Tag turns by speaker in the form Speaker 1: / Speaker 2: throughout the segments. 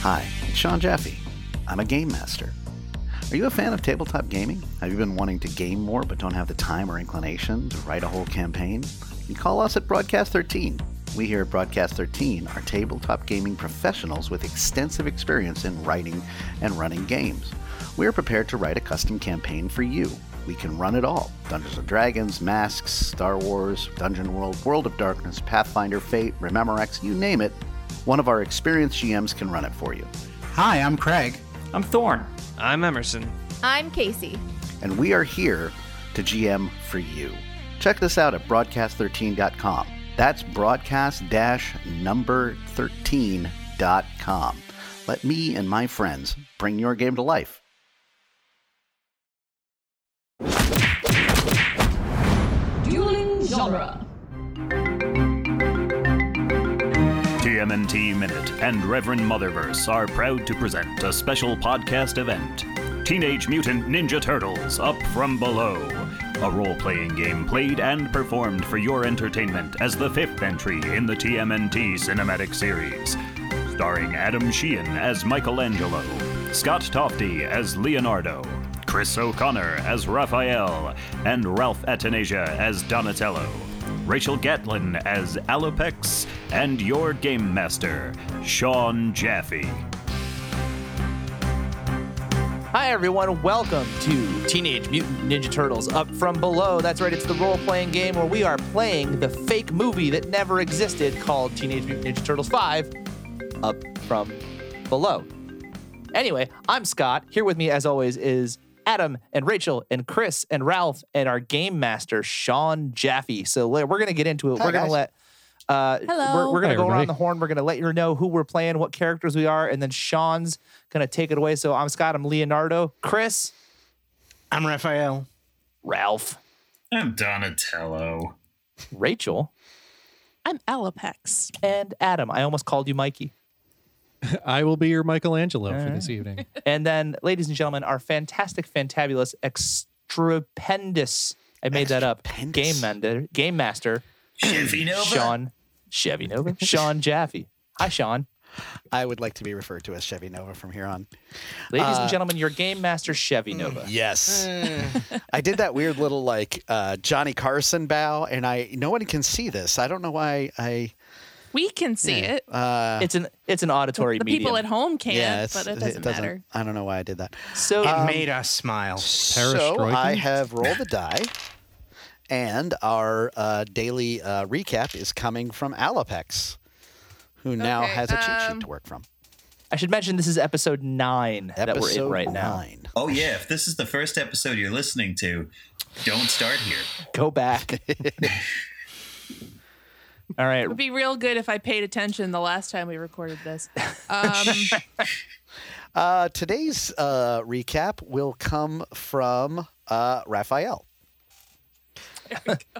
Speaker 1: Hi, it's Sean Jaffe. I'm a game master. Are you a fan of tabletop gaming? Have you been wanting to game more but don't have the time or inclination to write a whole campaign? You call us at Broadcast 13. We here at Broadcast 13 are tabletop gaming professionals with extensive experience in writing and running games. We are prepared to write a custom campaign for you. We can run it all Dungeons and Dragons, Masks, Star Wars, Dungeon World, World of Darkness, Pathfinder, Fate, Rememorex, you name it. One of our experienced GMs can run it for you.
Speaker 2: Hi, I'm Craig.
Speaker 3: I'm Thorn.
Speaker 4: I'm Emerson.
Speaker 5: I'm Casey.
Speaker 1: And we are here to GM for you. Check this out at broadcast13.com. That's broadcast number 13.com. Let me and my friends bring your game to life.
Speaker 6: Dueling Genre.
Speaker 7: TMNT Minute and Reverend Motherverse are proud to present a special podcast event Teenage Mutant Ninja Turtles Up From Below. A role playing game played and performed for your entertainment as the fifth entry in the TMNT cinematic series. Starring Adam Sheehan as Michelangelo, Scott Tofty as Leonardo, Chris O'Connor as Raphael, and Ralph Atanasia as Donatello. Rachel Gatlin as Alopex, and your game master, Sean Jaffe.
Speaker 8: Hi, everyone. Welcome to Teenage Mutant Ninja Turtles Up From Below. That's right, it's the role playing game where we are playing the fake movie that never existed called Teenage Mutant Ninja Turtles 5 Up From Below. Anyway, I'm Scott. Here with me, as always, is Adam and Rachel and Chris and Ralph and our game master Sean Jaffe. So le- we're gonna get into it.
Speaker 1: Hi,
Speaker 8: we're gonna
Speaker 1: guys.
Speaker 8: let uh,
Speaker 5: Hello.
Speaker 8: we're, we're gonna
Speaker 3: Hi,
Speaker 8: go
Speaker 3: everybody.
Speaker 8: around the horn. We're gonna let you know who we're playing, what characters we are, and then Sean's gonna take it away. So I'm Scott. I'm Leonardo. Chris,
Speaker 2: I'm Raphael.
Speaker 8: Ralph,
Speaker 9: I'm Donatello.
Speaker 8: Rachel,
Speaker 5: I'm Alapex.
Speaker 8: and Adam. I almost called you Mikey. Uh-huh.
Speaker 3: I will be your Michelangelo for this evening.
Speaker 8: And then, ladies and gentlemen, our fantastic, fantabulous, extrapendous. I made that up.
Speaker 1: Extrapendous.
Speaker 8: Game master, game master
Speaker 9: Chevy Nova.
Speaker 8: Sean Chevy Nova. Sean Jaffe. Hi, Sean.
Speaker 2: I would like to be referred to as Chevy Nova from here on.
Speaker 8: Ladies and gentlemen, your game master Chevy Nova.
Speaker 2: Yes. I did that weird little like uh, Johnny Carson bow, and I no one can see this. I don't know why I.
Speaker 5: We can see it.
Speaker 2: Uh,
Speaker 8: It's an it's an auditory
Speaker 5: the
Speaker 8: medium.
Speaker 5: people at home can't,
Speaker 2: yeah, it's-
Speaker 5: but it doesn't, matter.
Speaker 2: I don't know why I did that.
Speaker 8: so um,
Speaker 2: made
Speaker 8: us.
Speaker 2: So I have rolled the die, and our uh, daily uh, recap is coming from Alapex, who now
Speaker 5: Okay,
Speaker 2: has a cheat sheet
Speaker 5: um,
Speaker 2: to work from.
Speaker 8: I should mention this is episode nine that we're in
Speaker 2: Episode
Speaker 8: right now.
Speaker 2: nine.
Speaker 9: Oh, yeah. If this is the first episode you're listening to, don't start here.
Speaker 8: Go back. All right.
Speaker 5: It would be real good if I paid attention the last time we recorded this. Um,
Speaker 2: Uh, today's uh, recap will come from uh, Raphael.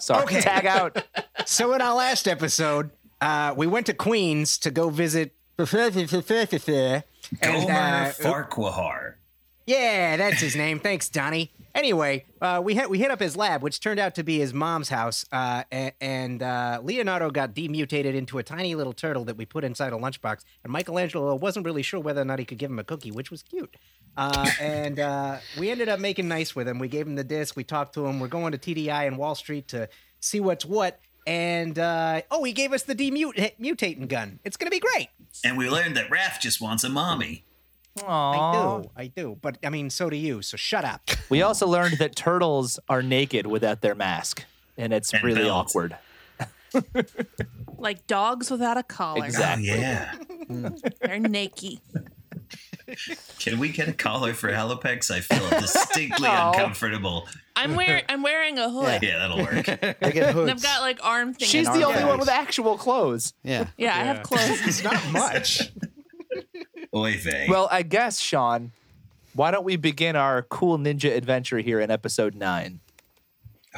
Speaker 8: Sorry.
Speaker 10: Okay.
Speaker 8: Tag out.
Speaker 10: So in our last episode, uh, we went to Queens to go visit. and,
Speaker 9: Gomer
Speaker 10: uh,
Speaker 9: Farquhar.
Speaker 10: yeah, that's his name. Thanks, Donnie. Anyway, uh, we hit we hit up his lab, which turned out to be his mom's house, uh, a- and uh, Leonardo got demutated into a tiny little turtle that we put inside a lunchbox. And Michelangelo wasn't really sure whether or not he could give him a cookie, which was cute. Uh, and uh, we ended up making nice with him. We gave him the disc. We talked to him. We're going to TDI and Wall Street to see what's what. And uh, oh, he gave us the demutating gun. It's gonna be great.
Speaker 9: And we learned that Raph just wants a mommy.
Speaker 10: I
Speaker 8: Aw.
Speaker 10: do, I do. But I mean, so do you. So shut up.
Speaker 8: We also learned that turtles are naked without their mask, and it's
Speaker 9: And
Speaker 8: really
Speaker 9: belts.
Speaker 8: awkward.
Speaker 5: like dogs without a collar.
Speaker 8: Exact-
Speaker 9: Oh, yeah.
Speaker 5: They're naked.
Speaker 9: Can we get a collar for Halipex? I feel distinctly uncomfortable.
Speaker 5: I'm wearing I'm wearing a hood.
Speaker 9: Yeah, that'll work.
Speaker 2: They get
Speaker 5: And
Speaker 2: hoods.
Speaker 5: I've got like arm things.
Speaker 8: She's
Speaker 2: an
Speaker 8: the
Speaker 2: arm
Speaker 8: only one
Speaker 2: guys.
Speaker 8: with actual clothes.
Speaker 2: yeah.
Speaker 5: yeah, I have clothes.
Speaker 10: It's not much.
Speaker 9: Oy vey.
Speaker 8: Well, I guess, Sean, why don't we begin our cool ninja adventure here in episode nine?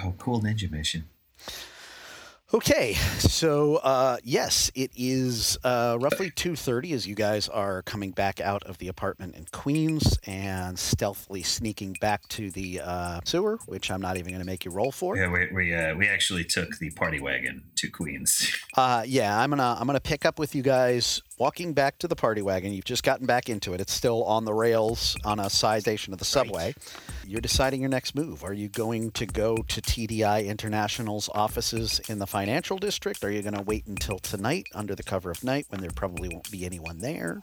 Speaker 9: oh, cool ninja mission.
Speaker 2: Okay, so uh, yes, it is uh, roughly two thirty as you guys are coming back out of the apartment in Queens and stealthily sneaking back to the uh, sewer, which I'm not even going to make you roll for.
Speaker 9: Yeah, we we uh, we actually took the party wagon to Queens.
Speaker 2: Uh, yeah, I'm gonna I'm gonna pick up with you guys walking back to the party wagon. You've just gotten back into it. It's still on the rails on a side station of the subway. You're deciding your next move. Are you going to go to TDI International's offices in the financial district? Are you going to wait until tonight under the cover of night when there probably won't be anyone there?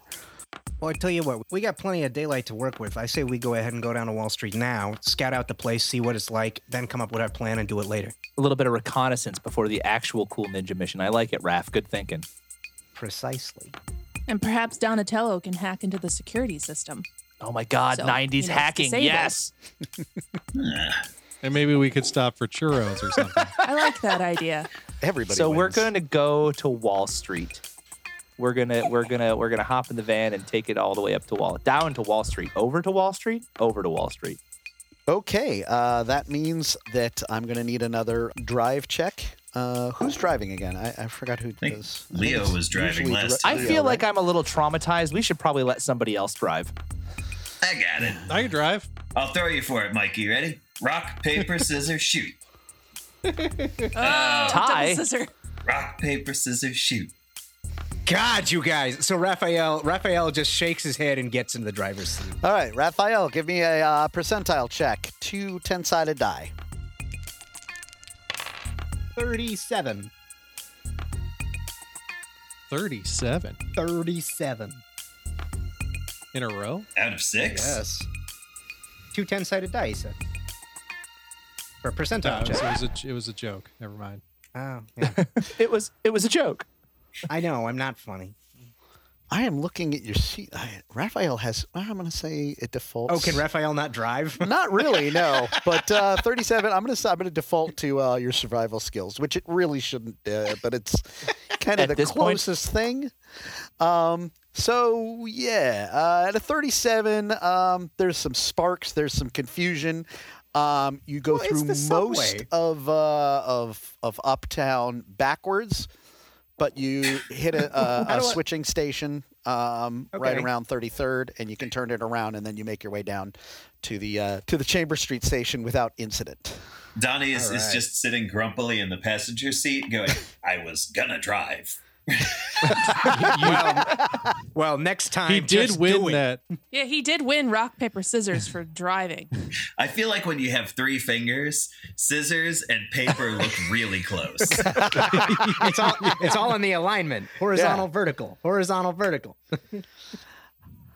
Speaker 10: Well, I tell you what, we got plenty of daylight to work with. I say we go ahead and go down to Wall Street now, scout out the place, see what it's like, then come up with our plan and do it later.
Speaker 8: A little bit of reconnaissance before the actual cool ninja mission. I like it, Raph. Good thinking.
Speaker 10: Precisely.
Speaker 5: And perhaps Donatello can hack into the security system.
Speaker 8: Oh my God,
Speaker 5: So,
Speaker 8: 90s
Speaker 5: you know,
Speaker 8: hacking.
Speaker 5: disabled.
Speaker 8: Yes.
Speaker 3: And maybe we could stop for churros or something.
Speaker 5: I like that idea.
Speaker 2: Everybody.
Speaker 8: so we're
Speaker 2: wins.
Speaker 8: going to go to Wall Street. We're gonna we're gonna we're gonna hop in the van and take it all the way up to Wall down to Wall Street, over to Wall Street, over to Wall Street.
Speaker 2: Okay, uh, that means that I'm going to need another drive check. Uh, who's driving again? I, I forgot who
Speaker 9: think
Speaker 2: does.
Speaker 9: Leo was driving last
Speaker 8: I
Speaker 9: Yeah,
Speaker 8: feel like I'm a little traumatized. We should probably let somebody else drive.
Speaker 9: I got it.
Speaker 3: I can drive.
Speaker 9: I'll throw you for it, Mikey. Ready? Rock, paper, scissors, shoot.
Speaker 5: Oh,
Speaker 8: Tie.
Speaker 5: double scissor.
Speaker 9: Rock, paper, scissors, shoot.
Speaker 10: God, you guys. So Raphael, Raphael just shakes his head and gets into the driver's seat.
Speaker 2: All right, Raphael, give me a uh, percentile check. Two 10 sided die.
Speaker 10: Thirty-seven.
Speaker 3: 37
Speaker 10: Thirty-seven.
Speaker 3: in a row.
Speaker 9: Out of six?
Speaker 10: Yes. Two ten-sided die. He said. For a percentile
Speaker 3: No, it was, it was
Speaker 10: check.
Speaker 3: a, it was a joke. Never mind.
Speaker 10: Oh, yeah.
Speaker 8: It was it was a joke.
Speaker 10: I know. I'm not funny.
Speaker 2: I am looking at your sheet. I, Raphael has, I'm going to say it defaults.
Speaker 10: Oh, can Raphael not drive?
Speaker 2: Not really, no. But uh, 37, I'm going to I'm going to default to uh, your survival skills, which it really shouldn't, uh, but it's kind of
Speaker 8: At
Speaker 2: the
Speaker 8: this point-
Speaker 2: closest thing. Um, so yeah, uh, at a 37, um, there's some sparks, there's some confusion. Um, you go
Speaker 10: Well, it's
Speaker 2: through
Speaker 10: the
Speaker 2: most
Speaker 10: subway.
Speaker 2: of uh, of of uptown backwards, but you hit a, a,
Speaker 10: How
Speaker 2: a
Speaker 10: do I-
Speaker 2: switching station um, right
Speaker 10: Okay.
Speaker 2: around 33rd, and you can turn it around, and then you make your way down to the uh, to the Chamber Street station without incident.
Speaker 9: Donnie is,
Speaker 10: All
Speaker 9: is
Speaker 10: right.
Speaker 9: just sitting grumpily in the passenger seat going, I was gonna drive.
Speaker 10: Well, next time.
Speaker 3: He did
Speaker 10: just
Speaker 3: win
Speaker 10: do it.
Speaker 3: that.
Speaker 5: Yeah, he did win rock, paper, scissors for driving.
Speaker 9: I feel like when you have three fingers, scissors and paper look really close.
Speaker 10: It's all. It's all in the alignment. Horizontal, vertical. Horizontal, vertical.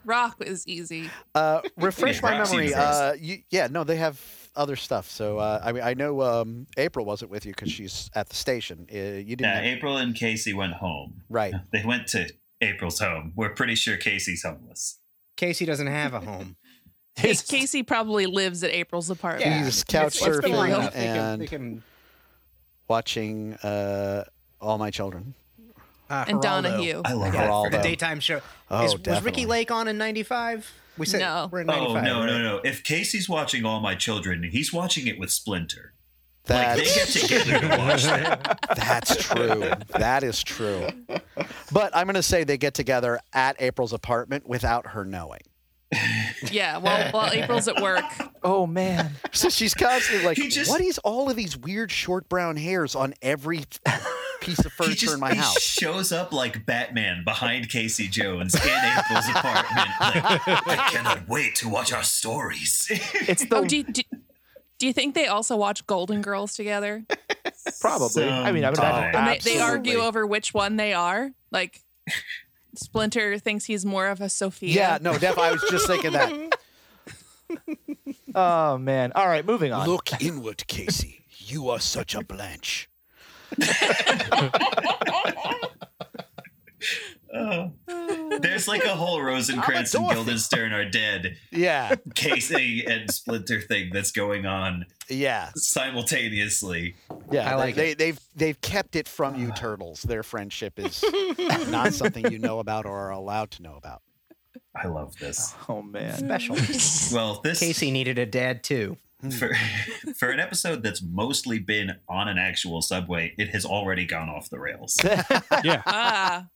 Speaker 5: Rock is easy.
Speaker 2: Uh, refresh
Speaker 9: Yeah,
Speaker 2: my
Speaker 9: Roxy
Speaker 2: memory.
Speaker 9: first.
Speaker 2: Uh, you, yeah, no, they have other stuff. So uh, I mean, I know um, April wasn't with you because she's at the station. Uh, you didn't.
Speaker 9: Yeah,
Speaker 2: have-
Speaker 9: April and Casey went home.
Speaker 2: right.
Speaker 9: They went to April's home. We're pretty sure Casey's homeless.
Speaker 10: Casey doesn't have a home.
Speaker 5: Hey, Casey probably lives at April's apartment.
Speaker 10: Yeah.
Speaker 2: He's couch
Speaker 5: It's- it's been long
Speaker 2: surfing
Speaker 5: enough.
Speaker 10: They can,
Speaker 2: and
Speaker 10: they can,
Speaker 2: watching uh, all my children.
Speaker 10: uh,
Speaker 5: And
Speaker 10: Geraldo.
Speaker 5: Donahue.
Speaker 9: I love
Speaker 2: Yeah,
Speaker 9: that.
Speaker 10: The
Speaker 2: Geraldo.
Speaker 9: for him.
Speaker 10: daytime show.
Speaker 2: Oh,
Speaker 10: Is, was
Speaker 2: definitely.
Speaker 10: Ricky Lake on in '95? We said
Speaker 5: No.
Speaker 10: we're in
Speaker 9: Oh,
Speaker 10: '95.
Speaker 9: no, no, no. If Casey's watching All My Children, he's watching it with Splinter. Like, they
Speaker 2: That's
Speaker 9: get together to watch that.
Speaker 2: that's true. That is true. But I'm gonna say they get together at April's apartment without her knowing.
Speaker 5: Yeah, while, while April's at work.
Speaker 8: Oh man.
Speaker 2: So she's constantly like,
Speaker 9: He just-
Speaker 2: "What is all of these weird short brown hairs on every piece of
Speaker 9: He
Speaker 2: furniture
Speaker 9: just
Speaker 2: in my
Speaker 9: he
Speaker 2: house?"
Speaker 9: shows up like Batman behind Casey Jones in April's apartment. Like, I cannot wait to watch our stories.
Speaker 8: It's the
Speaker 5: Oh, do, you- do, do you think they also watch Golden Girls together?
Speaker 8: probably. I mean, I would imagine.
Speaker 9: Sometime.
Speaker 5: And they, they
Speaker 8: absolutely.
Speaker 5: argue over which one they are. Like, Splinter thinks he's more of a Sophia.
Speaker 2: Yeah, no, definitely. I was just thinking that.
Speaker 8: Oh man. All right, moving on.
Speaker 2: Look inward, Casey. You are such a Blanche.
Speaker 9: There's like a whole Rosencrantz and
Speaker 2: dork.
Speaker 9: Guildenstern are dead
Speaker 2: Yeah,
Speaker 9: Casey and Splinter thing that's going on
Speaker 2: yeah,
Speaker 9: simultaneously.
Speaker 2: yeah.
Speaker 10: I like
Speaker 2: they, they, have they've kept it from you, turtles. Their friendship is not something you know about or are allowed to know about.
Speaker 9: I love this.
Speaker 8: Oh man.
Speaker 10: Special.
Speaker 9: Well, this
Speaker 10: Casey needed a dad too.
Speaker 9: for for an episode that's mostly been on an actual subway, it has already gone off the rails.
Speaker 3: Yeah.
Speaker 5: Ah,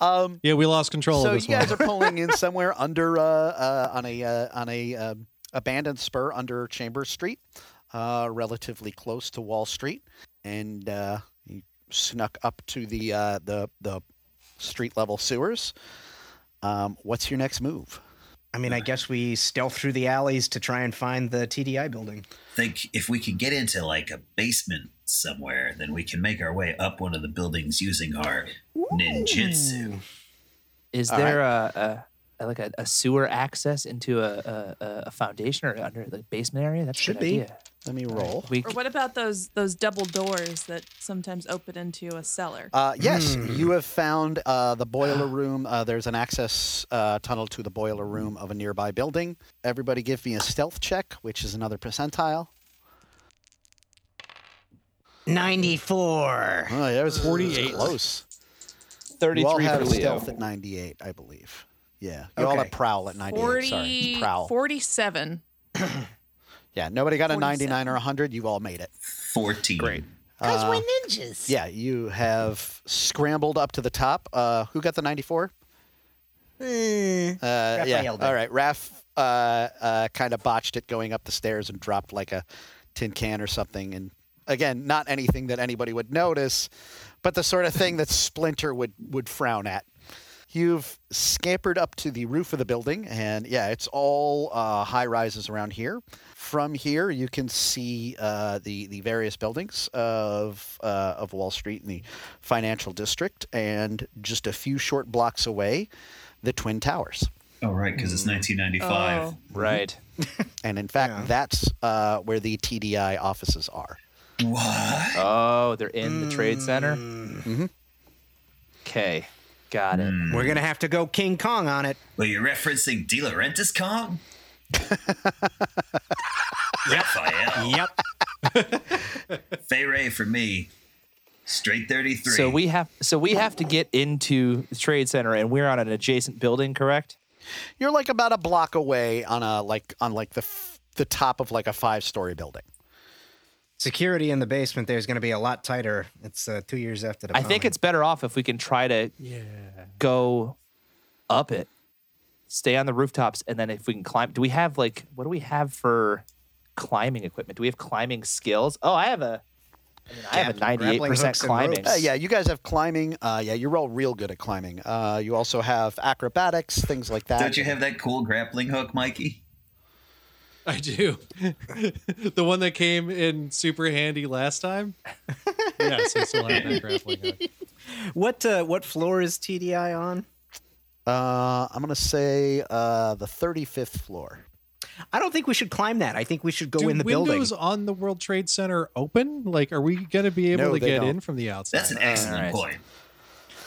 Speaker 2: Um,
Speaker 3: Yeah, we lost control
Speaker 2: so
Speaker 3: of
Speaker 2: you
Speaker 3: this one.
Speaker 2: guys are pulling in somewhere under uh, uh, on a uh, on a um, abandoned spur under Chambers Street, uh, relatively close to Wall Street, and uh, you snuck up to the uh, the the street level sewers. Um, what's your next move?
Speaker 10: I mean, I guess we stealth through the alleys to try and find the TDI building.
Speaker 9: Think if we can get into like a basement somewhere, then we can make our way up one of the buildings using our ninjutsu.
Speaker 8: Is
Speaker 2: All
Speaker 8: there a, a like a, a sewer access into a, a, a- a foundation or under the basement area? That
Speaker 10: Should
Speaker 8: a good
Speaker 10: be.
Speaker 8: Idea.
Speaker 2: Let me roll.
Speaker 8: We
Speaker 5: or what about those those double doors that sometimes open into a cellar?
Speaker 2: Uh, yes, you have found uh, the boiler room. Uh, there's an access uh, tunnel to the boiler room of a nearby building. Everybody, give me a stealth check, which is another percentile.
Speaker 10: 94.
Speaker 2: Oh, that was 48. Close. You all
Speaker 8: 33 for
Speaker 2: have
Speaker 8: Leo.
Speaker 2: stealth at 98, I believe. Yeah. You all
Speaker 10: Okay.
Speaker 2: have prowl at 98. Sorry.
Speaker 5: 40,
Speaker 2: Prowl.
Speaker 5: 47.
Speaker 2: yeah. Nobody got a 99
Speaker 5: 47.
Speaker 2: or 100. You all made it.
Speaker 9: Fourteen. Great.
Speaker 2: Because we're ninjas. Yeah. You have scrambled up to the top. Uh, who got the 94? Uh, yeah.
Speaker 10: Raphael did.
Speaker 2: All right. Raph uh, uh, kind of botched it going up the stairs and dropped like a tin can or something. And again, not anything that anybody would notice, but the sort of thing that Splinter would, would frown at. You've scampered up to the roof of the building, and yeah, it's all uh, high rises around here. From here, you can see uh, the the various buildings of uh, of Wall Street and the financial district, and just a few short blocks away, the Twin Towers.
Speaker 9: Oh right, because it's 1995.
Speaker 8: Mm-hmm. Right.
Speaker 2: And in fact, that's uh, where the TDI offices are.
Speaker 9: What?
Speaker 8: Oh, they're in the trade center? Okay. Got it.
Speaker 10: We're going to have to go King Kong on it.
Speaker 9: Well, you're referencing De Laurentiis Kong? Raphael.
Speaker 10: Yep.
Speaker 9: Fay Ray for me. Straight 33.
Speaker 8: So we have so we have to get into the trade center and we're on an adjacent building, correct?
Speaker 2: You're like about a block away on a like on like the f- the top of like a five story building.
Speaker 10: Security in the basement there is going to be a lot tighter. It's uh, two years after the
Speaker 8: I think
Speaker 10: bombing.
Speaker 8: it's better off if we can try to go up it. Stay on the rooftops and then if we can climb do we have like what do we have for climbing equipment? Do we have climbing skills? Oh, I have a I, mean, I have a
Speaker 10: Grappling
Speaker 8: ninety-eight percent
Speaker 10: hooks and
Speaker 8: climbing.
Speaker 10: ropes.
Speaker 2: Uh, yeah, you guys have climbing. Uh, yeah, you're all real good at climbing. Uh, you also have acrobatics, things like that.
Speaker 9: Don't you have that cool grappling hook, Mikey?
Speaker 3: I do. the one that came in super handy last time. yes, I still have that grappling hook.
Speaker 10: What, uh, what floor is TDI on?
Speaker 2: Uh, I'm gonna say uh, the 35th floor.
Speaker 10: I don't think we should climb that. I think we should go
Speaker 3: Do
Speaker 10: in the
Speaker 3: windows
Speaker 10: building.
Speaker 3: on the World Trade Center open? Like, are we going to be able
Speaker 2: No,
Speaker 3: to
Speaker 2: they
Speaker 3: get
Speaker 2: don't.
Speaker 3: in from the outside?
Speaker 9: That's an excellent
Speaker 8: right.
Speaker 9: point.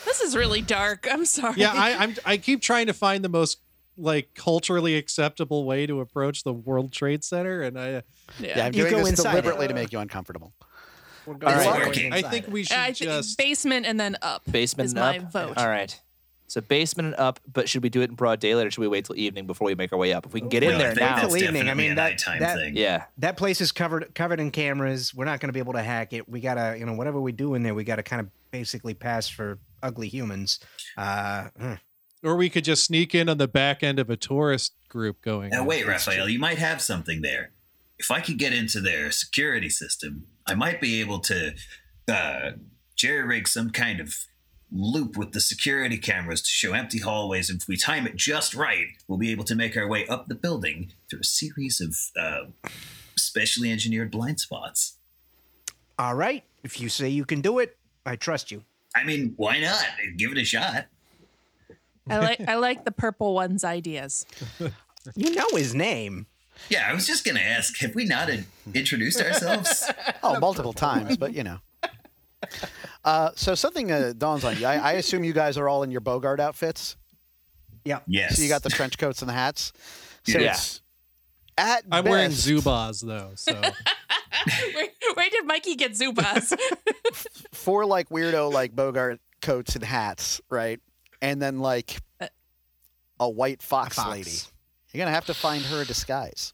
Speaker 5: This is really dark. I'm sorry.
Speaker 3: yeah, I, I'm. I keep trying to find the most like culturally acceptable way to approach the World Trade Center, and I,
Speaker 5: Yeah.
Speaker 2: Yeah, I'm
Speaker 10: You
Speaker 2: doing
Speaker 10: go
Speaker 2: this
Speaker 10: inside it.
Speaker 2: deliberately to make you uncomfortable.
Speaker 10: All
Speaker 9: It's
Speaker 10: right.
Speaker 9: working.
Speaker 3: I think we should
Speaker 5: I think
Speaker 3: just.
Speaker 5: basement and then up.
Speaker 8: Basement
Speaker 5: is
Speaker 8: and up.
Speaker 5: my vote.
Speaker 8: All right. So basement and up, but should we do it in broad daylight or should we wait till evening before we make our way up? If we can get in
Speaker 9: Well, I
Speaker 8: there
Speaker 9: think
Speaker 8: now.
Speaker 9: that's
Speaker 10: Till evening, I
Speaker 9: definitely
Speaker 10: mean,
Speaker 9: a
Speaker 10: that-
Speaker 9: nighttime
Speaker 10: that-
Speaker 9: thing.
Speaker 8: Yeah.
Speaker 10: That place is covered covered in cameras. We're not going to be able to hack it. We gotta, you know, whatever we do in there, we gotta kind of basically pass for ugly humans. Uh, hmm.
Speaker 3: Or we could just sneak in on the back end of a tourist group going.
Speaker 9: Now,
Speaker 3: on.
Speaker 9: wait, Raphael, you might have something there. If I could get into their security system, I might be able to uh, jerry rig some kind of loop with the security cameras to show empty hallways. And if we time it just right, we'll be able to make our way up the building through a series of uh, specially engineered blind spots.
Speaker 10: All right, if you say you can do it, I trust you.
Speaker 9: I mean, why not? Give it a shot.
Speaker 5: I like I like the purple one's ideas.
Speaker 10: You know his name.
Speaker 9: Yeah, I was just going to ask have we not uh, introduced ourselves?
Speaker 2: Oh, multiple times, but you know. Uh, so something uh, dawns on you. I, I assume you guys are all in your Bogart outfits.
Speaker 10: Yeah.
Speaker 9: yes.
Speaker 2: So you got the trench coats and the hats. So
Speaker 9: Yeah.
Speaker 2: it's at
Speaker 3: I'm wearing
Speaker 2: best
Speaker 3: Zubas though, so
Speaker 5: Where, where did Mikey get Zubas?
Speaker 2: four like weirdo like Bogart coats and hats, right? And then like a white fox,
Speaker 10: fox.
Speaker 2: lady. You're gonna have to find her a disguise.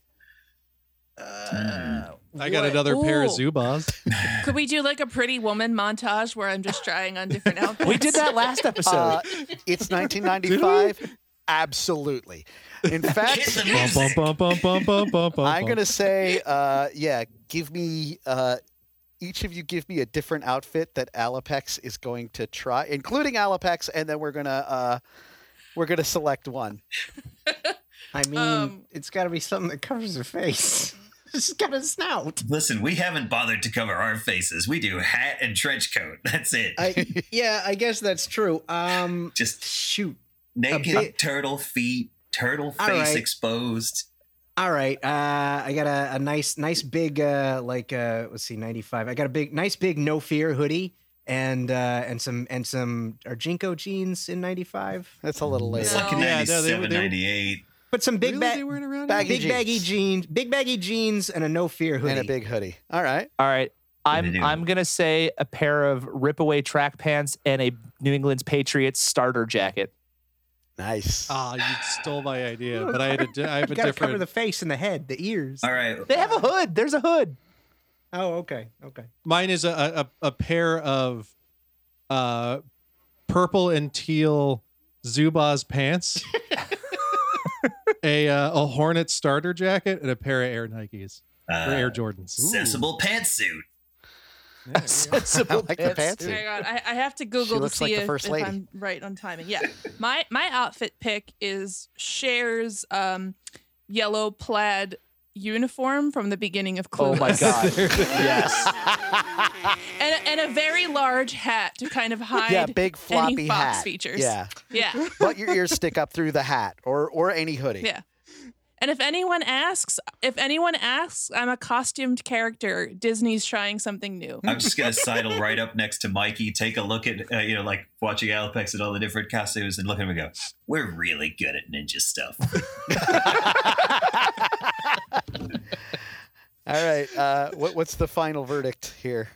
Speaker 3: I got another pair of
Speaker 5: Ooh.
Speaker 3: Zubas.
Speaker 5: Could we do like a pretty woman montage where I'm just trying on different outfits?
Speaker 8: We did that last episode.
Speaker 2: Uh, it's 1995. Absolutely. In
Speaker 9: Hit
Speaker 2: fact,
Speaker 9: the music.
Speaker 3: bum, bum, bum, bum, bum, bum, bum,
Speaker 2: I'm
Speaker 3: bum.
Speaker 2: gonna say, uh, yeah, give me uh, each of you give me a different outfit that Alapex is going to try, including Alapex, and then we're gonna uh, we're gonna select one.
Speaker 10: I mean,
Speaker 5: Um,
Speaker 10: it's got to be something that covers her face. She's got a snout.
Speaker 9: Listen, we haven't bothered to cover our faces. We do hat and trench coat. That's it.
Speaker 10: I, yeah, I guess that's true. Um,
Speaker 9: Just
Speaker 10: shoot.
Speaker 9: naked
Speaker 10: bit-
Speaker 9: turtle feet, turtle
Speaker 10: All
Speaker 9: face
Speaker 10: right.
Speaker 9: exposed.
Speaker 10: All right, uh, I got a, a nice, nice big, uh, like, uh, let's see, ninety five. I got a big, nice big no fear hoodie and uh, and some and some are Jinko jeans in ninety five,
Speaker 2: That's a
Speaker 3: Mm,
Speaker 2: little late.
Speaker 9: It's
Speaker 5: Oh, No.
Speaker 9: like in
Speaker 3: Yeah, no, they-
Speaker 9: 97,
Speaker 3: they-
Speaker 9: 98.
Speaker 10: but some big
Speaker 3: Really?
Speaker 10: ba-
Speaker 3: They weren't around
Speaker 2: baggy
Speaker 10: big
Speaker 2: jeans.
Speaker 10: baggy jeans, big baggy jeans, and a no fear hoodie.
Speaker 2: And a big hoodie. All right.
Speaker 8: All right.
Speaker 9: do they
Speaker 8: I'm
Speaker 9: do?
Speaker 8: I'm gonna say a pair of ripaway track pants and a New England's Patriots starter jacket.
Speaker 2: Nice.
Speaker 3: Ah, you stole my idea, but I had a, di- I have
Speaker 10: you
Speaker 3: a
Speaker 10: gotta cover
Speaker 3: different.
Speaker 10: the face and the head, the ears.
Speaker 9: All right.
Speaker 8: They have a hood. There's a hood.
Speaker 10: Oh, okay, okay.
Speaker 3: Mine is a, a a pair of uh purple and teal Zubaz pants, a uh, a Hornet starter jacket, and a pair of Air Nikes or
Speaker 9: Uh,
Speaker 3: Air Jordans.
Speaker 9: sensible pantsuit.
Speaker 8: Sensible
Speaker 2: like the pants.
Speaker 5: Oh my God, I, I have to
Speaker 2: She
Speaker 5: Google to
Speaker 2: looks like
Speaker 5: see
Speaker 2: the
Speaker 5: if,
Speaker 2: first
Speaker 5: if
Speaker 2: lady.
Speaker 5: I'm right on timing. Yeah, my my outfit pick is Cher's um, yellow plaid uniform from the beginning of Clueless.
Speaker 8: Oh my god. yes.
Speaker 5: and, and a very large hat to kind of hide.
Speaker 2: yeah, big floppy
Speaker 5: any fox
Speaker 2: hat.
Speaker 5: features.
Speaker 2: Yeah,
Speaker 5: Yeah,
Speaker 2: but your ears stick up through the hat or or any hoodie.
Speaker 5: yeah. And if anyone asks, if anyone asks, I'm a costumed character. Disney's trying something new.
Speaker 9: I'm just gonna sidle right up next to Mikey, take a look at uh, you know, like watching Alepex and all the different costumes, and look at him and go, "We're really good at ninja stuff."
Speaker 2: All right. Uh, what, what's the final verdict here?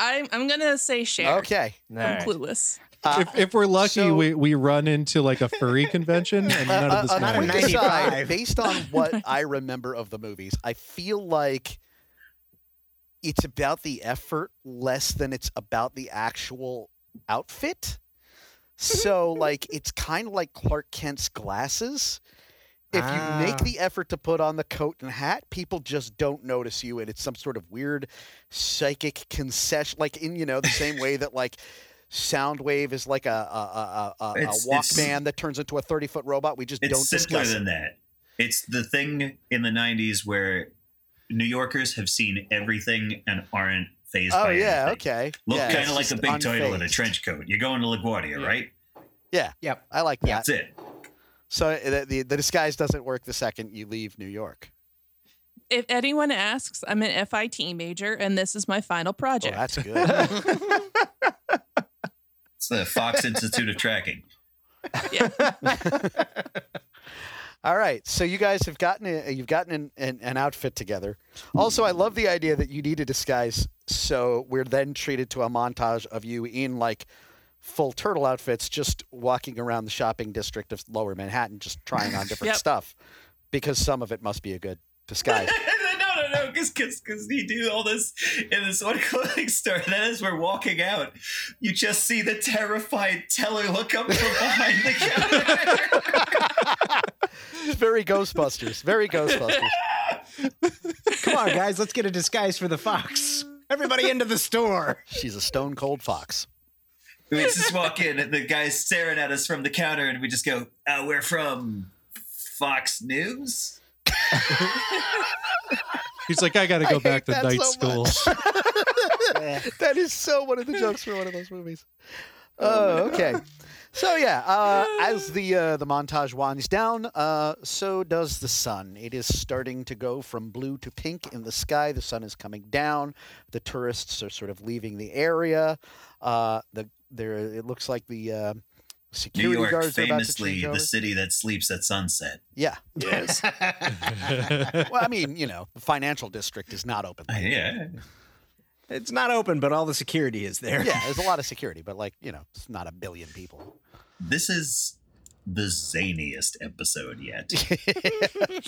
Speaker 5: I'm I'm gonna say Cher.
Speaker 2: Okay.
Speaker 5: I'm clueless.
Speaker 2: Uh,
Speaker 3: If, if we're lucky,
Speaker 2: So-
Speaker 3: we, we run into like a furry convention and none of this
Speaker 2: Uh, uh,
Speaker 10: Not a
Speaker 2: quick
Speaker 3: matters.
Speaker 10: nice-
Speaker 2: aside,
Speaker 10: 95.
Speaker 2: based on what I remember of the movies, I feel like it's about the effort less than it's about the actual outfit. So, like, it's kind of like Clark Kent's glasses. If you make
Speaker 10: Ah.
Speaker 2: the effort to put on the coat and hat, people just don't notice you, and it's some sort of weird psychic concession, like in you know the same way that like Soundwave is like a a, a, a, a
Speaker 9: It's- it's-
Speaker 2: Walkman that turns into a thirty foot robot. We just don't
Speaker 9: It's simpler
Speaker 2: discuss it.
Speaker 9: than that. It's the thing in the '90s where New Yorkers have seen everything and aren't phased.
Speaker 2: Oh
Speaker 9: by
Speaker 2: yeah,
Speaker 9: anything.
Speaker 2: okay.
Speaker 9: Look
Speaker 2: yeah,
Speaker 9: kind
Speaker 2: it's
Speaker 9: of like a
Speaker 2: just
Speaker 9: big turtle in a
Speaker 2: unfazed.
Speaker 9: trench coat. You're going to LaGuardia, right?
Speaker 10: Yep.
Speaker 2: I like that.
Speaker 9: That's it.
Speaker 2: So the, the the disguise doesn't work the second you leave New York.
Speaker 5: If anyone asks, I'm an FIT major, and this is my final
Speaker 2: Oh,
Speaker 5: project.
Speaker 2: that's good.
Speaker 9: It's the Fox Institute of Tracking.
Speaker 2: All right, so you guys have gotten a, you've gotten an, an, an outfit together. Also, I love the idea that you need a disguise, so we're then treated to a montage of you in like full turtle outfits, just walking around the shopping district of Lower Manhattan, just trying on different
Speaker 5: Yep.
Speaker 2: stuff, because some of it must be a good disguise.
Speaker 9: no, no, no, because because he do all this in this one clothing store. Then as we're walking out, you just see the terrified teller look up from behind the counter.
Speaker 2: very Ghostbusters. Very Ghostbusters.
Speaker 10: Come on, guys, let's get a disguise for the fox. Everybody into the store.
Speaker 2: She's a stone cold fox.
Speaker 9: we just walk in, and the guy's staring at us from the counter, and we just go, uh, "We're from Fox News."
Speaker 3: He's like, I got to go
Speaker 2: I hate
Speaker 3: back to
Speaker 2: that
Speaker 3: night
Speaker 2: so
Speaker 3: school.
Speaker 2: that is so one of the jokes from one of those movies. Oh, okay. So yeah, uh, as the uh, the montage winds down, uh, so does the sun. It is starting to go from blue to pink in the sky. The sun is coming down. The tourists are sort of leaving the area. Uh, the there, it looks like the uh,
Speaker 9: New
Speaker 2: security
Speaker 9: York,
Speaker 2: guards are about to
Speaker 9: famously
Speaker 2: take over.
Speaker 9: the city that sleeps at sunset.
Speaker 2: Yeah.
Speaker 9: Yes.
Speaker 2: Well, I mean, you know, the financial district is not open.
Speaker 9: yeah.
Speaker 10: It's not open, but all the security is there.
Speaker 2: Yeah, there's a lot of security, but like you know, it's not a billion people.
Speaker 9: This is the zaniest episode yet.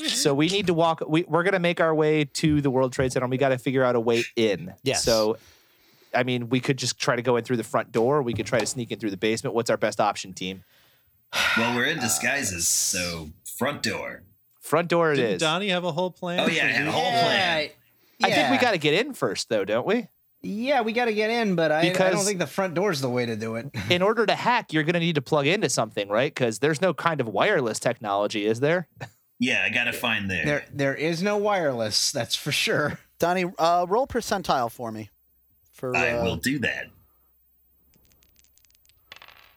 Speaker 8: So we need to walk. We, we're going to make our way to the World Trade Center. and We got to figure out a way in.
Speaker 2: Yes.
Speaker 8: So, I mean, we could just try to go in through the front door. We could try to sneak in through the basement. What's our best option, team?
Speaker 9: well, we're in disguises, so front door.
Speaker 8: Front door it
Speaker 3: Didn't
Speaker 8: is.
Speaker 3: Donnie have a whole plan?
Speaker 9: Oh yeah, I had a whole plan.
Speaker 8: I think we got to get in first, though, don't we?
Speaker 10: Yeah, we got to get in, but I, I don't
Speaker 8: Because-
Speaker 10: think the front door's the way to do it.
Speaker 8: In order to hack, you're going to need to plug into something, right? Because there's no kind of wireless technology, is there?
Speaker 9: Yeah, I gotta find there.
Speaker 10: There, there is no wireless. That's for sure.
Speaker 2: Donnie, uh, roll percentile for me. For
Speaker 9: I
Speaker 2: uh,
Speaker 9: will do that.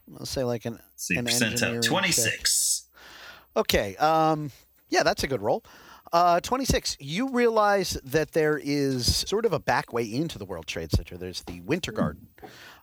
Speaker 2: Let's say like an
Speaker 9: See,
Speaker 2: an engineering
Speaker 9: percentile
Speaker 2: check.
Speaker 9: twenty six.
Speaker 2: Okay. Um, yeah, that's a good roll. Uh, 26. You realize that there is sort of a back way into the World Trade Center. There's the Winter Garden,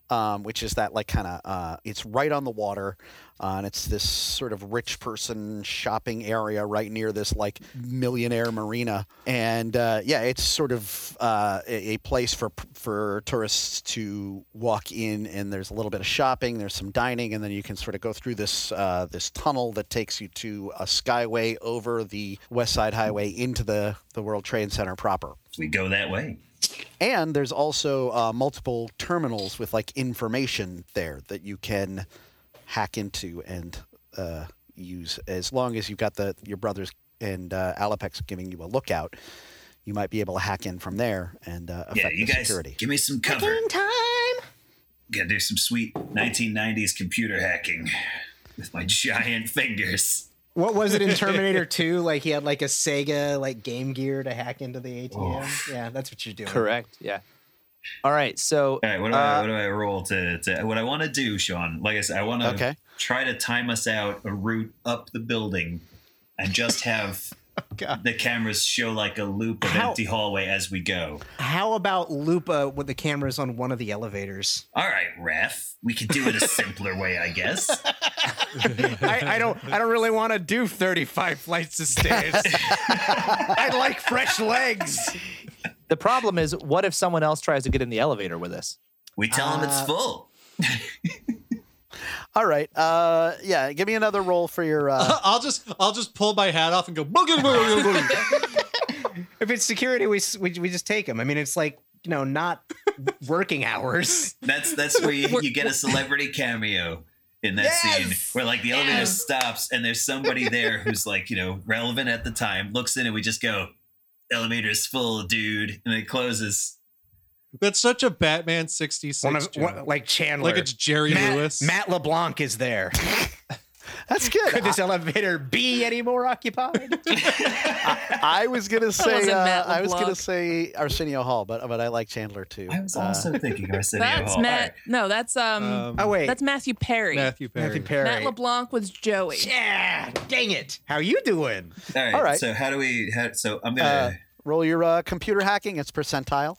Speaker 2: um, which is that, like, kind of, uh, it's right on the water. Uh, and it's this sort of rich person shopping area right near this, like, millionaire marina. And uh, yeah, it's sort of uh, a, a place for, for tourists to walk in. And there's a little bit of shopping, there's some dining, and then you can sort of go through this, uh, this tunnel that takes you to a skyway over the West Side Highway into the, the World Trade Center proper.
Speaker 9: We go that way.
Speaker 2: And there's also uh, multiple terminals with like information there that you can hack into and uh, use. As long as you've got the your brothers and uh, Alapex giving you a lookout, you might be able to hack in from there and uh, affect
Speaker 9: Yeah, you
Speaker 2: the
Speaker 9: guys
Speaker 2: security.
Speaker 9: give me some cover. time. Gotta do some sweet nineteen nineties computer hacking with my giant fingers.
Speaker 10: What was it in Terminator 2? Like he had like a Sega like Game Gear to hack into the ATM. Yeah, that's what you're doing.
Speaker 8: Correct. Yeah. All right. So, uh,
Speaker 9: All right, what do I what do
Speaker 2: Uh,
Speaker 9: I roll to, to what I want to do, Sean? Like I said, I want to
Speaker 2: Okay.
Speaker 9: try to time us out a route up the building, and just have
Speaker 10: Oh, God.
Speaker 9: the cameras show like a loop of
Speaker 10: How-
Speaker 9: empty hallway as we go.
Speaker 10: How about Lupa with the cameras on one of the elevators?
Speaker 9: All right, ref, we could do it a simpler way, I guess.
Speaker 10: I, I don't I don't really want to do 35 flights of stairs. I like fresh legs.
Speaker 8: the problem is, what if someone else tries to get in the elevator with us?
Speaker 9: We tell them
Speaker 2: Uh,
Speaker 9: it's full.
Speaker 2: All right. Uh, yeah, give me another roll for your. Uh,
Speaker 3: I'll just I'll just pull my hat off and go. "Boogie, boogie, boogie, boogie."
Speaker 10: If it's security, we, s- we we just take them. I mean, it's like you know, not working hours.
Speaker 9: That's that's where you,
Speaker 5: We're-
Speaker 9: you get a celebrity cameo in that scene where like the elevator stops and there's somebody there who's like you know relevant at the time looks in and we just go elevator's full dude and it closes
Speaker 3: That's such a Batman '66
Speaker 10: One of
Speaker 3: joke.
Speaker 10: one, like Chandler,
Speaker 3: like it's Jerry
Speaker 10: Matt,
Speaker 3: Lewis.
Speaker 10: Matt LeBlanc is there.
Speaker 2: that's good.
Speaker 10: Could this elevator be any more occupied?
Speaker 2: I was gonna say.
Speaker 5: wasn't
Speaker 2: Uh,
Speaker 5: Matt
Speaker 2: I was gonna
Speaker 5: LeBlanc.
Speaker 2: say Arsenio Hall, but but I like Chandler too.
Speaker 9: I was
Speaker 2: Uh,
Speaker 9: also thinking Arsenio
Speaker 5: That's
Speaker 9: Hall.
Speaker 5: Matt.
Speaker 9: All right.
Speaker 5: No, that's um,
Speaker 3: Um,
Speaker 10: oh wait,
Speaker 5: that's Matthew Perry.
Speaker 3: Matthew Perry.
Speaker 10: Matthew Perry.
Speaker 5: Matt LeBlanc was Joey.
Speaker 10: Yeah, dang it! How you doing?
Speaker 9: All right.
Speaker 2: All right.
Speaker 9: So how do we? How, so I'm
Speaker 2: Uh,
Speaker 9: gonna.
Speaker 2: roll your uh, computer hacking. It's percentile.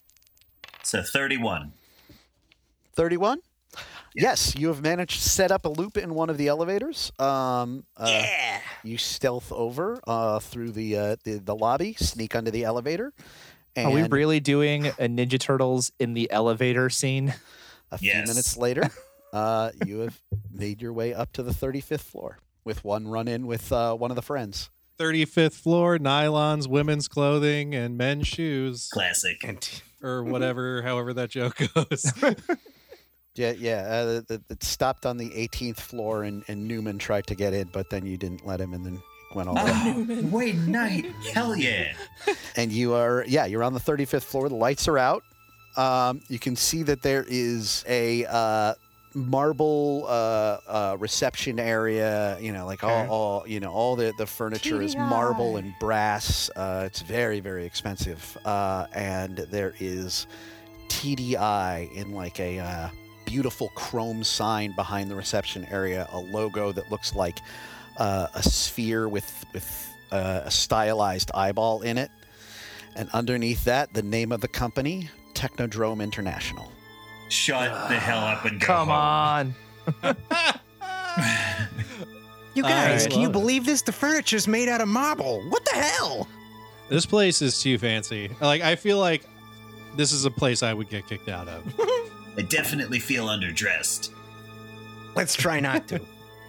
Speaker 9: so 31.
Speaker 2: 31 yes you have managed to set up a loop in one of the elevators um, uh, yeah. you stealth over uh, through the, uh, the the lobby sneak under the elevator and
Speaker 8: Oh, Are we really doing a Ninja Turtles in the elevator scene?
Speaker 2: a few
Speaker 9: Yes.
Speaker 2: minutes later uh, you have made your way up to the 35th floor with one run-in with uh, one of the friends
Speaker 3: 35th floor, nylons, women's clothing, and men's shoes,
Speaker 9: Classic.
Speaker 10: And
Speaker 3: or whatever, however that joke goes.
Speaker 2: yeah yeah uh, th- th- it stopped on the 18th floor and, and newman tried to get in but then you didn't let him and then went all in.
Speaker 9: Oh, wait, night. Hell yeah.
Speaker 2: and you are yeah you're on the 35th floor the lights are out um, you can see that there is a uh, marble uh, uh, reception area you know like all, all you know all the, the furniture is marble and brass uh, it's very very expensive uh, and there is tdi in like a uh, beautiful chrome sign behind the reception area a logo that looks like uh, a sphere with with uh, a stylized eyeball in it and underneath that, the name of the company, Technodrome International.
Speaker 9: Shut the hell up and go.
Speaker 8: Come
Speaker 9: home.
Speaker 8: on.
Speaker 10: you
Speaker 3: I
Speaker 10: guys, can
Speaker 3: love
Speaker 10: you
Speaker 3: it.
Speaker 10: believe this? The furniture's made out of marble. What the hell?
Speaker 3: this place is too fancy. Like I feel like this is a place I would get kicked out of.
Speaker 9: I definitely feel underdressed.
Speaker 10: Let's try not to.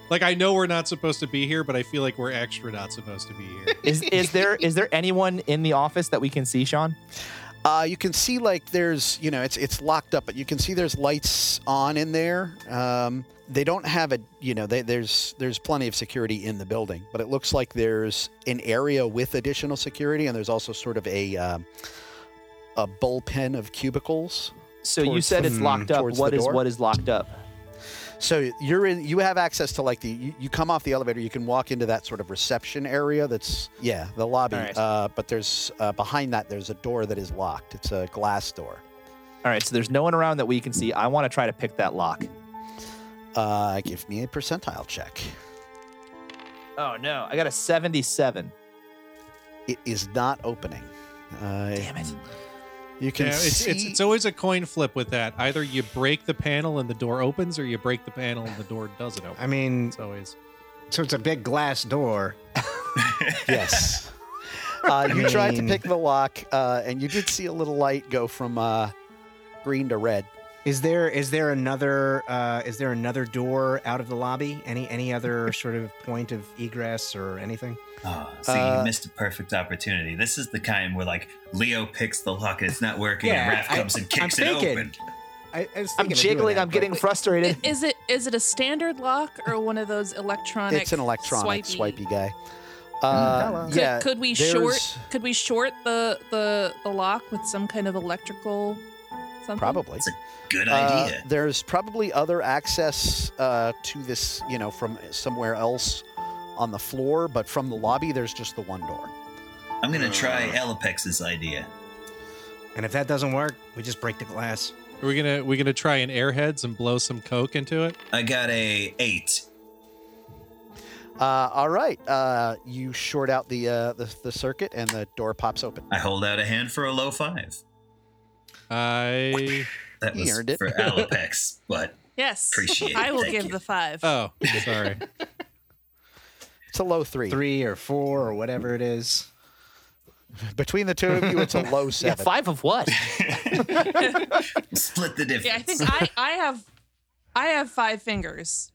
Speaker 3: Like I know we're not supposed to be here, but I feel like we're extra not supposed to be here.
Speaker 8: Is is there is there anyone in the office that we can see, Sean?
Speaker 2: Uh, you can see like there's you know it's it's locked up, but you can see there's lights on in there. Um, they don't have a you know they, there's there's plenty of security in the building, but it looks like there's an area with additional security, and there's also sort of a um, a bullpen of cubicles.
Speaker 8: So you
Speaker 2: Towards
Speaker 8: said
Speaker 2: the- hmm,
Speaker 8: it's locked up.
Speaker 2: towards the
Speaker 8: What is
Speaker 2: door?
Speaker 8: what is locked up?
Speaker 2: So you're in you have access to like the you, you come off the elevator, you can walk into that sort of reception area. That's yeah the lobby,
Speaker 8: All right.
Speaker 2: uh, but there's uh, behind that there's a door that is locked. It's a glass door.
Speaker 8: All right, so there's no one around that we can see. I want to try to pick that lock.
Speaker 2: Uh, give me a percentile check.
Speaker 8: Oh no, I got a 77.
Speaker 2: It is not opening. Uh,
Speaker 8: Damn it.
Speaker 2: you can
Speaker 3: Yeah, it's,
Speaker 2: see.
Speaker 3: it's it's always a coin flip with that. Either you break the panel and the door opens, or you break the panel and the door doesn't open.
Speaker 10: I mean,
Speaker 3: It's always
Speaker 10: so it's a big glass door.
Speaker 2: yes. Uh, you tried to
Speaker 10: mean-
Speaker 2: pick the lock, uh, and you did see a little light go from uh, green to red.
Speaker 10: Is there is there another uh, is there another door out of the lobby? Any any other sort of point of egress or anything?
Speaker 9: Oh, see,
Speaker 2: Uh,
Speaker 9: you missed a perfect opportunity. This is the kind where like Leo picks the lock and it's not working,
Speaker 10: Yeah,
Speaker 9: and Raph
Speaker 10: I-
Speaker 9: comes and
Speaker 10: I'm
Speaker 9: kicks it
Speaker 10: thinking.
Speaker 9: open.
Speaker 10: I, I was
Speaker 8: I'm
Speaker 10: thinking of doing
Speaker 8: jiggling.
Speaker 10: that,
Speaker 8: I'm
Speaker 10: but-
Speaker 8: getting frustrated.
Speaker 5: Is it is it a standard lock or one of those electronic?
Speaker 2: It's an electronic
Speaker 5: swipey-
Speaker 2: swipey, guy. Uh,
Speaker 3: Hmm.
Speaker 10: hello.
Speaker 5: Could,
Speaker 2: yeah.
Speaker 5: could we short?
Speaker 2: there's-
Speaker 5: Could we short the the the lock with some kind of electrical? Something?
Speaker 2: Probably.
Speaker 9: Good
Speaker 2: Uh,
Speaker 9: idea.
Speaker 2: there's probably other access uh, to this, you know, from somewhere else on the floor, but from the lobby, there's just the one door.
Speaker 9: I'm gonna try Elipex's idea.
Speaker 10: And if that doesn't work, we just break the glass.
Speaker 3: are we gonna we gonna try an airheads and blow some coke into it?
Speaker 9: I got a eight.
Speaker 2: Uh, all right. Uh, you short out the, uh, the the circuit, and the door pops open.
Speaker 9: I hold out a hand for a low five.
Speaker 3: I
Speaker 9: That
Speaker 2: He
Speaker 9: was
Speaker 2: earned it.
Speaker 9: for Alapex, but
Speaker 5: Yes.
Speaker 9: Appreciate it.
Speaker 5: I will
Speaker 9: Thank
Speaker 5: give
Speaker 9: you.
Speaker 5: the five.
Speaker 3: oh sorry.
Speaker 2: It's a low three.
Speaker 10: Three or four or whatever it is.
Speaker 2: Between the two of you, it's a low
Speaker 8: Yeah,
Speaker 2: seven.
Speaker 8: five of what?
Speaker 9: split the difference.
Speaker 5: yeah, I think I I have I have five fingers.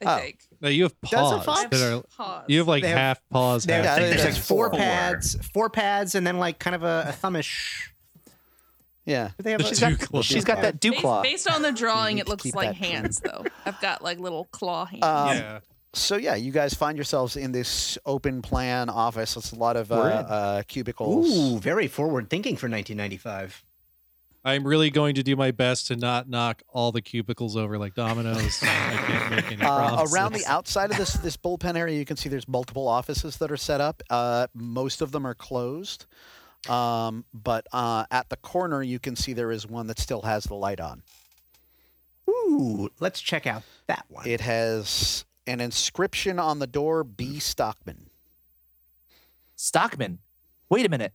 Speaker 5: I
Speaker 2: Oh.
Speaker 5: think.
Speaker 3: No, you have
Speaker 2: Does a
Speaker 3: paws.
Speaker 2: fox-
Speaker 3: that are-
Speaker 5: Pause.
Speaker 3: you have like
Speaker 10: They have-
Speaker 3: half paws.
Speaker 10: they have-
Speaker 3: half
Speaker 2: Yeah,
Speaker 3: fingers.
Speaker 10: There's like four,
Speaker 9: Four.
Speaker 10: pads, four pads, and then like kind of a, a thumbish.
Speaker 2: yeah.
Speaker 10: Do They have a,
Speaker 3: There's
Speaker 8: She's
Speaker 3: two
Speaker 8: got,
Speaker 3: claws.
Speaker 8: she's got that dew
Speaker 5: Based,
Speaker 8: claw.
Speaker 5: based on the drawing,
Speaker 2: need
Speaker 5: it
Speaker 2: to
Speaker 5: looks
Speaker 2: keep
Speaker 5: like
Speaker 2: that clean.
Speaker 5: hands, though. I've got like little claw hands.
Speaker 2: Um,
Speaker 3: yeah.
Speaker 2: So yeah, you guys find yourselves in this open plan office. It's a lot of uh,
Speaker 8: We're in.
Speaker 2: uh, cubicles.
Speaker 10: ooh, very forward thinking for 1995.
Speaker 3: I'm really going to do my best to not knock all the cubicles over like dominoes. I can't make any
Speaker 2: Uh,
Speaker 3: promises.
Speaker 2: around the outside of this this bullpen area, you can see there's multiple offices that are set up. Uh, most of them are closed, um, but uh, at the corner, you can see there is one that still has the light on.
Speaker 10: Ooh, let's check out that one.
Speaker 2: It has an inscription on the door: "B Stockman."
Speaker 8: Stockman. Wait a minute.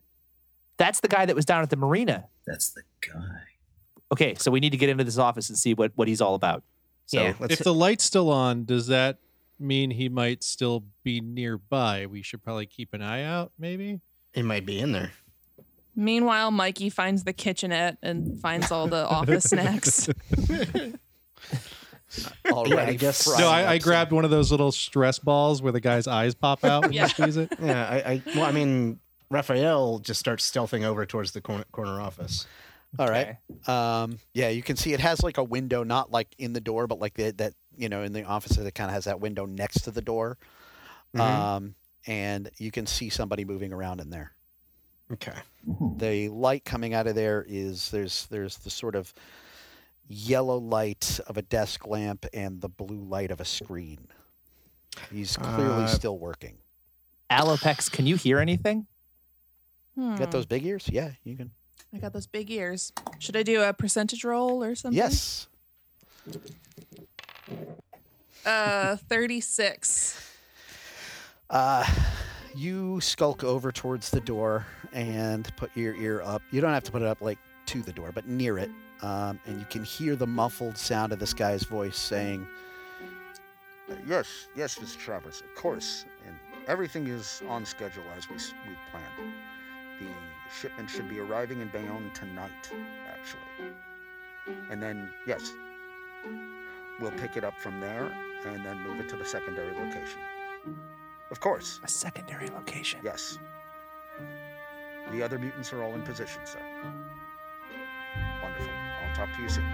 Speaker 8: That's the guy that was down at the marina.
Speaker 9: That's the guy.
Speaker 8: Okay, so we need to get into this office and see what, what he's all about. So
Speaker 10: yeah, let's
Speaker 3: if the light's still on, does that mean he might still be nearby? We should probably keep an eye out, maybe.
Speaker 10: it might be in there.
Speaker 5: Meanwhile, Mikey finds the kitchenette and finds all the office snacks.
Speaker 2: Already,
Speaker 10: guess-
Speaker 2: frying
Speaker 3: No, I, I
Speaker 2: up some-
Speaker 3: grabbed one of those little stress balls where the guy's eyes pop out when
Speaker 5: Yeah.
Speaker 3: you squeeze it.
Speaker 10: Yeah, I, I well, I mean, Raphael just starts stealthing over towards the corner, corner office.
Speaker 2: All right.
Speaker 8: okay.
Speaker 2: Um, yeah, you can see it has like a window, not like in the door, but like the, that, you know, in the office, it kind of has that window next to the door. Um, and you can see somebody moving around in there.
Speaker 10: Okay.
Speaker 2: The light coming out of there is there's there's the sort of yellow light of a desk lamp and the blue light of a screen. He's clearly
Speaker 10: Uh,
Speaker 2: still working.
Speaker 8: Alopex, can you hear anything?
Speaker 5: Hmm.
Speaker 2: You Got those big ears? Yeah, you can.
Speaker 5: I got those big ears. Should I do a percentage roll or something?
Speaker 2: Yes.
Speaker 5: Uh, 36.
Speaker 2: Uh, you skulk over towards the door and put your ear up. You don't have to put it up like to the door, but near it. Um, and you can hear the muffled sound of this guy's voice saying,
Speaker 4: Yes, yes, Mr. Travers, of course. And everything is on schedule as we, s- we planned. The shipment should be arriving in Bayonne tonight, actually. And then, yes, We'll pick it up from there and then move it to the secondary location. Of course.
Speaker 8: A secondary location?
Speaker 4: Yes. The other mutants are all in position, sir. Wonderful. I'll talk to you soon.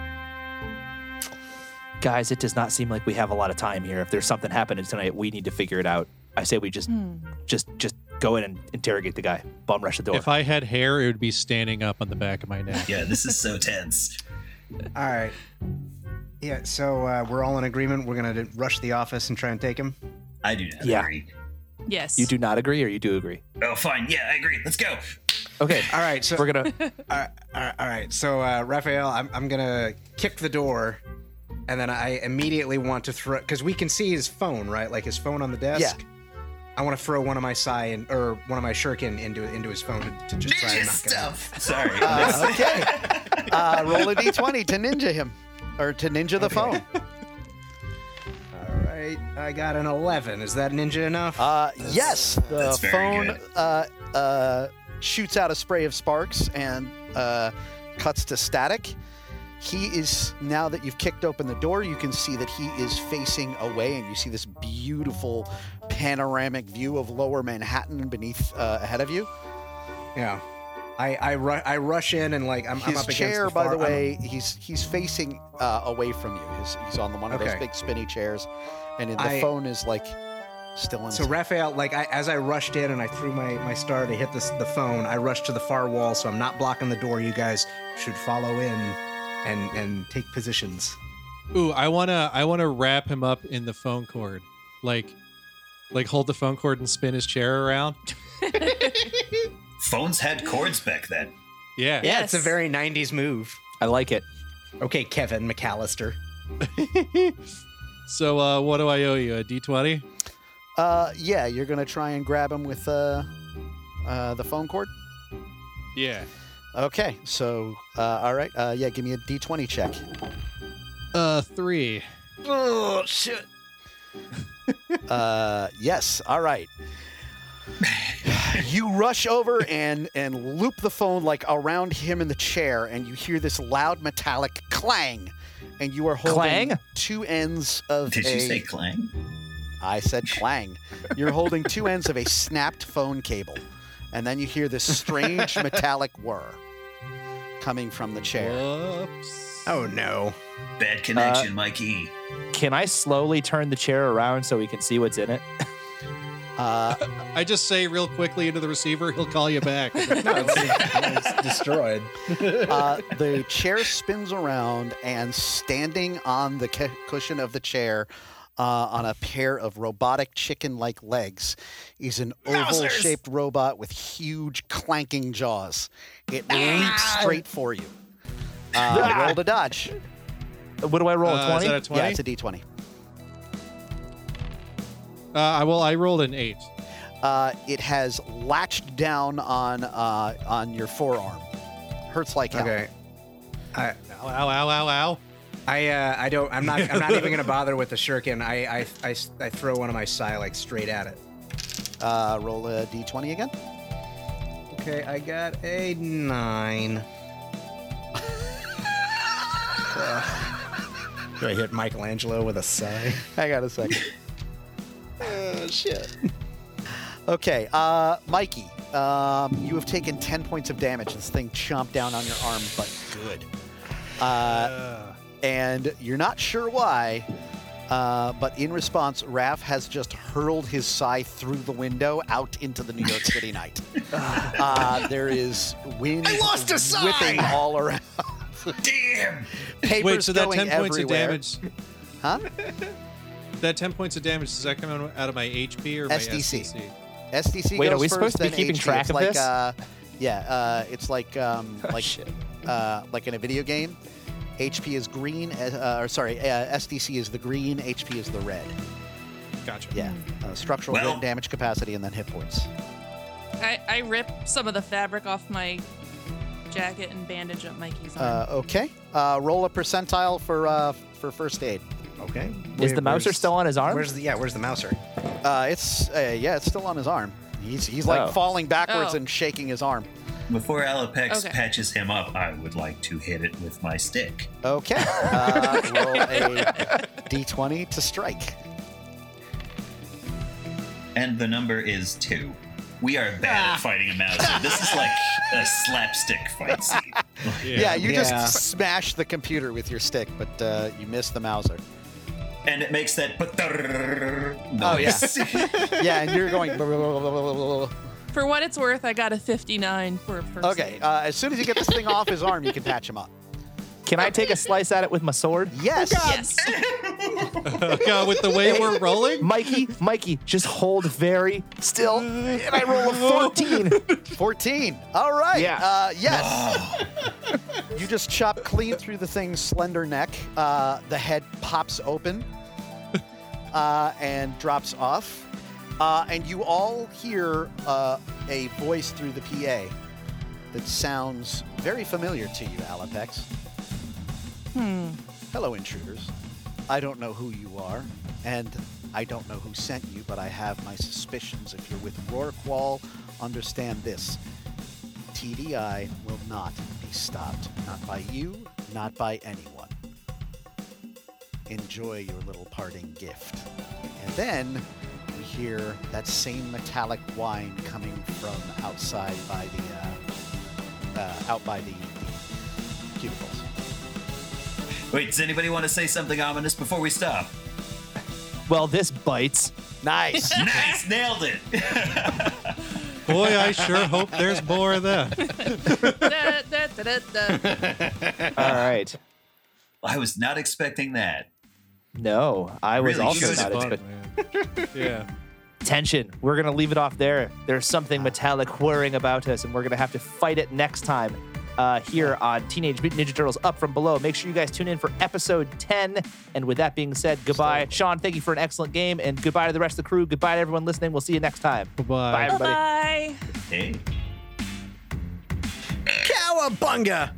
Speaker 8: Guys, it does not seem like we have a lot of time here. If there's something happening tonight, we need to figure it out. I say we just,
Speaker 5: Hmm.
Speaker 8: just, just go in and interrogate the guy. Bum rush the door.
Speaker 3: If I had hair, it would be standing up on the back of my neck.
Speaker 9: Yeah, this is so tense.
Speaker 10: All right. Yeah, so uh, we're all in agreement. We're going to rush the office and try and take him.
Speaker 9: I do not
Speaker 8: Yeah.
Speaker 9: agree.
Speaker 5: Yes.
Speaker 8: you do not agree, or you do agree?
Speaker 9: Oh, fine. Yeah, I agree. Let's go.
Speaker 8: Okay,
Speaker 10: All right, so
Speaker 8: we're gonna.
Speaker 10: all right, all right, all right. So uh, Raphael, I'm, I'm gonna kick the door, and then I immediately want to throw because we can see his phone, right? Like his phone on the desk. I want to throw one of my and or one of my shuriken into into his phone to, to just try
Speaker 9: Ninja
Speaker 10: and knock it out.
Speaker 9: stuff. Sorry.
Speaker 2: Uh, okay. Uh, roll a d20 to ninja him, or to ninja the phone.
Speaker 10: All right, I got an eleven. Is that ninja enough?
Speaker 2: Uh, yes, the
Speaker 9: that's very
Speaker 2: phone uh, uh, shoots out a spray of sparks and uh, cuts to static. He is now that you've kicked open the door, you can see that he is facing away, and you see this beautiful panoramic view of Lower Manhattan beneath uh, ahead of you.
Speaker 10: yeah. I I, ru- I rush in and like I'm, I'm
Speaker 2: His
Speaker 10: up against
Speaker 2: chair,
Speaker 10: the
Speaker 2: by
Speaker 10: far-
Speaker 2: the
Speaker 10: I'm-
Speaker 2: way, he's he's facing uh, away from you. He's, he's on the one of
Speaker 10: Okay.
Speaker 2: those big spinny chairs, and the
Speaker 10: I-
Speaker 2: phone is like still in.
Speaker 10: So
Speaker 2: his-
Speaker 10: Raphael, like I, as I rushed in and I threw my, my star to hit this, the phone, I rushed to the far wall, so I'm not blocking the door. You guys should follow in and and take positions.
Speaker 3: Ooh, I wanna I wanna wrap him up in the phone cord. Like like hold the phone cord and spin his chair around.
Speaker 9: Phones had cords back then.
Speaker 3: Yeah.
Speaker 10: Yeah,
Speaker 5: Yes.
Speaker 10: it's a very '90s move.
Speaker 8: I like it.
Speaker 10: Okay, Kevin McAllister.
Speaker 3: So uh what do I owe you? A D twenty?
Speaker 2: Uh, yeah, you're gonna try and grab him with uh, uh, the phone cord.
Speaker 3: Yeah.
Speaker 2: Okay, so uh, all right, uh, yeah, give me a D20 check.
Speaker 3: Uh three.
Speaker 2: Oh shit. uh, yes. All right. you rush over and and loop the phone like around him in the chair, and you hear this loud metallic clang, and you are holding
Speaker 8: Clang?
Speaker 2: two ends of
Speaker 9: Did
Speaker 2: a.
Speaker 9: you say clang?
Speaker 2: I said clang. You're holding two ends of a snapped phone cable, and then you hear this strange metallic whir coming from the chair.
Speaker 3: Uh, Whoops.
Speaker 10: Oh no!
Speaker 9: Bad connection,
Speaker 2: Uh,
Speaker 9: Mikey.
Speaker 8: Can I slowly turn the chair around so we can see what's in it?
Speaker 2: Uh,
Speaker 3: I just say real quickly into the receiver, he'll call you back. Uh,
Speaker 10: No, it's, it's destroyed.
Speaker 2: uh, the chair spins around, and standing on the ca- cushion of the chair, uh, on a pair of robotic chicken-like legs, is an oval-shaped robot with huge clanking jaws. It leaps straight for you. Uh, roll to dodge.
Speaker 8: What do I roll?
Speaker 3: Uh, is
Speaker 8: Twenty.
Speaker 3: that a
Speaker 2: Yeah,
Speaker 3: twenty?
Speaker 2: it's a D20.
Speaker 3: uh I well I rolled an eight.
Speaker 2: Uh, it has latched down on uh, on your forearm. Hurts like hell.
Speaker 10: Okay, I
Speaker 3: Ow ow ow ow ow.
Speaker 10: I uh, I don't. I'm not. I'm not even gonna bother with the shuriken. I I, I, I throw one of my psi like straight at it.
Speaker 2: Uh, roll a d20 again.
Speaker 10: Okay, I got a nine. Do I hit Michelangelo with a sigh?
Speaker 2: I got a second.
Speaker 10: Uh,
Speaker 2: oh shit. Okay, uh, Mikey, um, you have taken 10 points of damage. This thing chomped down on your arm, but good. Uh, and you're not sure why, uh, but in response, Raph has just hurled his sigh through the window out into the New York City night. Uh, there is wind
Speaker 9: I lost a sigh!
Speaker 2: whipping all around.
Speaker 9: Damn.
Speaker 2: Papers
Speaker 3: Wait, so that
Speaker 2: going
Speaker 3: ten points of
Speaker 2: everywhere.
Speaker 3: damage
Speaker 2: Huh?
Speaker 3: that ten points of damage, does that come out of my HP or my
Speaker 2: SDC.
Speaker 3: SDC?
Speaker 2: SDC.
Speaker 8: Wait, are
Speaker 2: goes
Speaker 8: we
Speaker 2: first,
Speaker 8: supposed to be
Speaker 2: then
Speaker 8: keeping
Speaker 2: HD.
Speaker 8: track
Speaker 2: it's
Speaker 8: of
Speaker 2: like,
Speaker 8: this? Oh,
Speaker 2: Uh, yeah, uh, it's like um, like
Speaker 8: shit.
Speaker 2: uh, like in a video game. HP is green, uh, or sorry, uh, SDC is the green, HP is the red.
Speaker 3: Gotcha.
Speaker 2: Yeah,
Speaker 8: Hmm.
Speaker 2: uh, structural
Speaker 9: Well-
Speaker 2: wind damage capacity, and then hit points.
Speaker 5: I, I rip some of the fabric off my jacket and bandage up Mikey's arm.
Speaker 2: Uh, okay, uh, roll a percentile for uh, for first aid.
Speaker 10: Okay.
Speaker 8: Is the mouser
Speaker 10: where's-
Speaker 8: still on his arm?
Speaker 10: Where's the yeah? Where's the mouser?
Speaker 2: Uh, it's uh, yeah, it's still on his arm. He's he's like
Speaker 8: Oh.
Speaker 2: falling backwards
Speaker 5: Oh.
Speaker 2: and shaking his arm.
Speaker 9: Before Alapex
Speaker 5: Okay.
Speaker 9: patches him up, I would like to hit it with my stick.
Speaker 2: Okay. Uh, roll a d20 to strike.
Speaker 9: And the number is two. We are bad at fighting a mouse. This is like a slapstick fight scene.
Speaker 2: Yeah, you just smash the computer with your stick, but uh, you miss the Mauser.
Speaker 9: And it makes that.
Speaker 2: Oh, yeah.
Speaker 9: noise.
Speaker 2: yeah, and you're going. blah, blah, blah, blah, blah, blah, blah.
Speaker 5: For what it's worth, I got a 59 for a first
Speaker 2: Okay,
Speaker 5: aid.
Speaker 2: uh, as soon as you get this thing off his arm, you can patch him up.
Speaker 8: Can I take a slice at it with my sword?
Speaker 2: Yes.
Speaker 5: Yes.
Speaker 3: God, with the way we're rolling,
Speaker 8: Mikey, Mikey, just hold very still. And I
Speaker 9: Oh.
Speaker 8: roll a 14.
Speaker 2: 14. All right.
Speaker 8: Yeah.
Speaker 2: Uh, yes. you just chop clean through the thing's slender neck. Uh, the head pops open uh, and drops off. Uh, and you all hear uh, a voice through the PA that sounds very familiar to you, Alapex. Hello, intruders. I don't know who you are, and I don't know who sent you, but I have my suspicions. If you're with Rorqual, understand this. TDI will not be stopped. Not by you, not by anyone. Enjoy your little parting gift. And then we hear that same metallic whine coming from outside by the, uh, uh, out by the, the cubicles.
Speaker 9: Wait, does anybody want to say something ominous before we stop?
Speaker 8: well, this bites.
Speaker 2: Nice.
Speaker 9: Nice, nailed it.
Speaker 3: boy, I sure hope there's more of that.
Speaker 5: Da, da, da, da, da.
Speaker 8: All right.
Speaker 9: I was not expecting that.
Speaker 8: No, I was
Speaker 9: Really
Speaker 8: also
Speaker 9: good
Speaker 8: not
Speaker 9: fun,
Speaker 8: expecting.
Speaker 3: man. Yeah.
Speaker 8: Tension. We're going to leave it off there. There's something metallic whirring about us, and we're going to have to fight it next time uh, here on Teenage Mutant Ninja Turtles Up From Below. Make sure you guys tune in for episode 10. And with that being said, goodbye. Sean, thank you for an excellent game, and goodbye to the rest of the crew. Goodbye to everyone listening. We'll see you next time.
Speaker 3: Bye-bye.
Speaker 8: Bye, everybody.
Speaker 5: Bye.
Speaker 9: Hey.
Speaker 10: Cowabunga!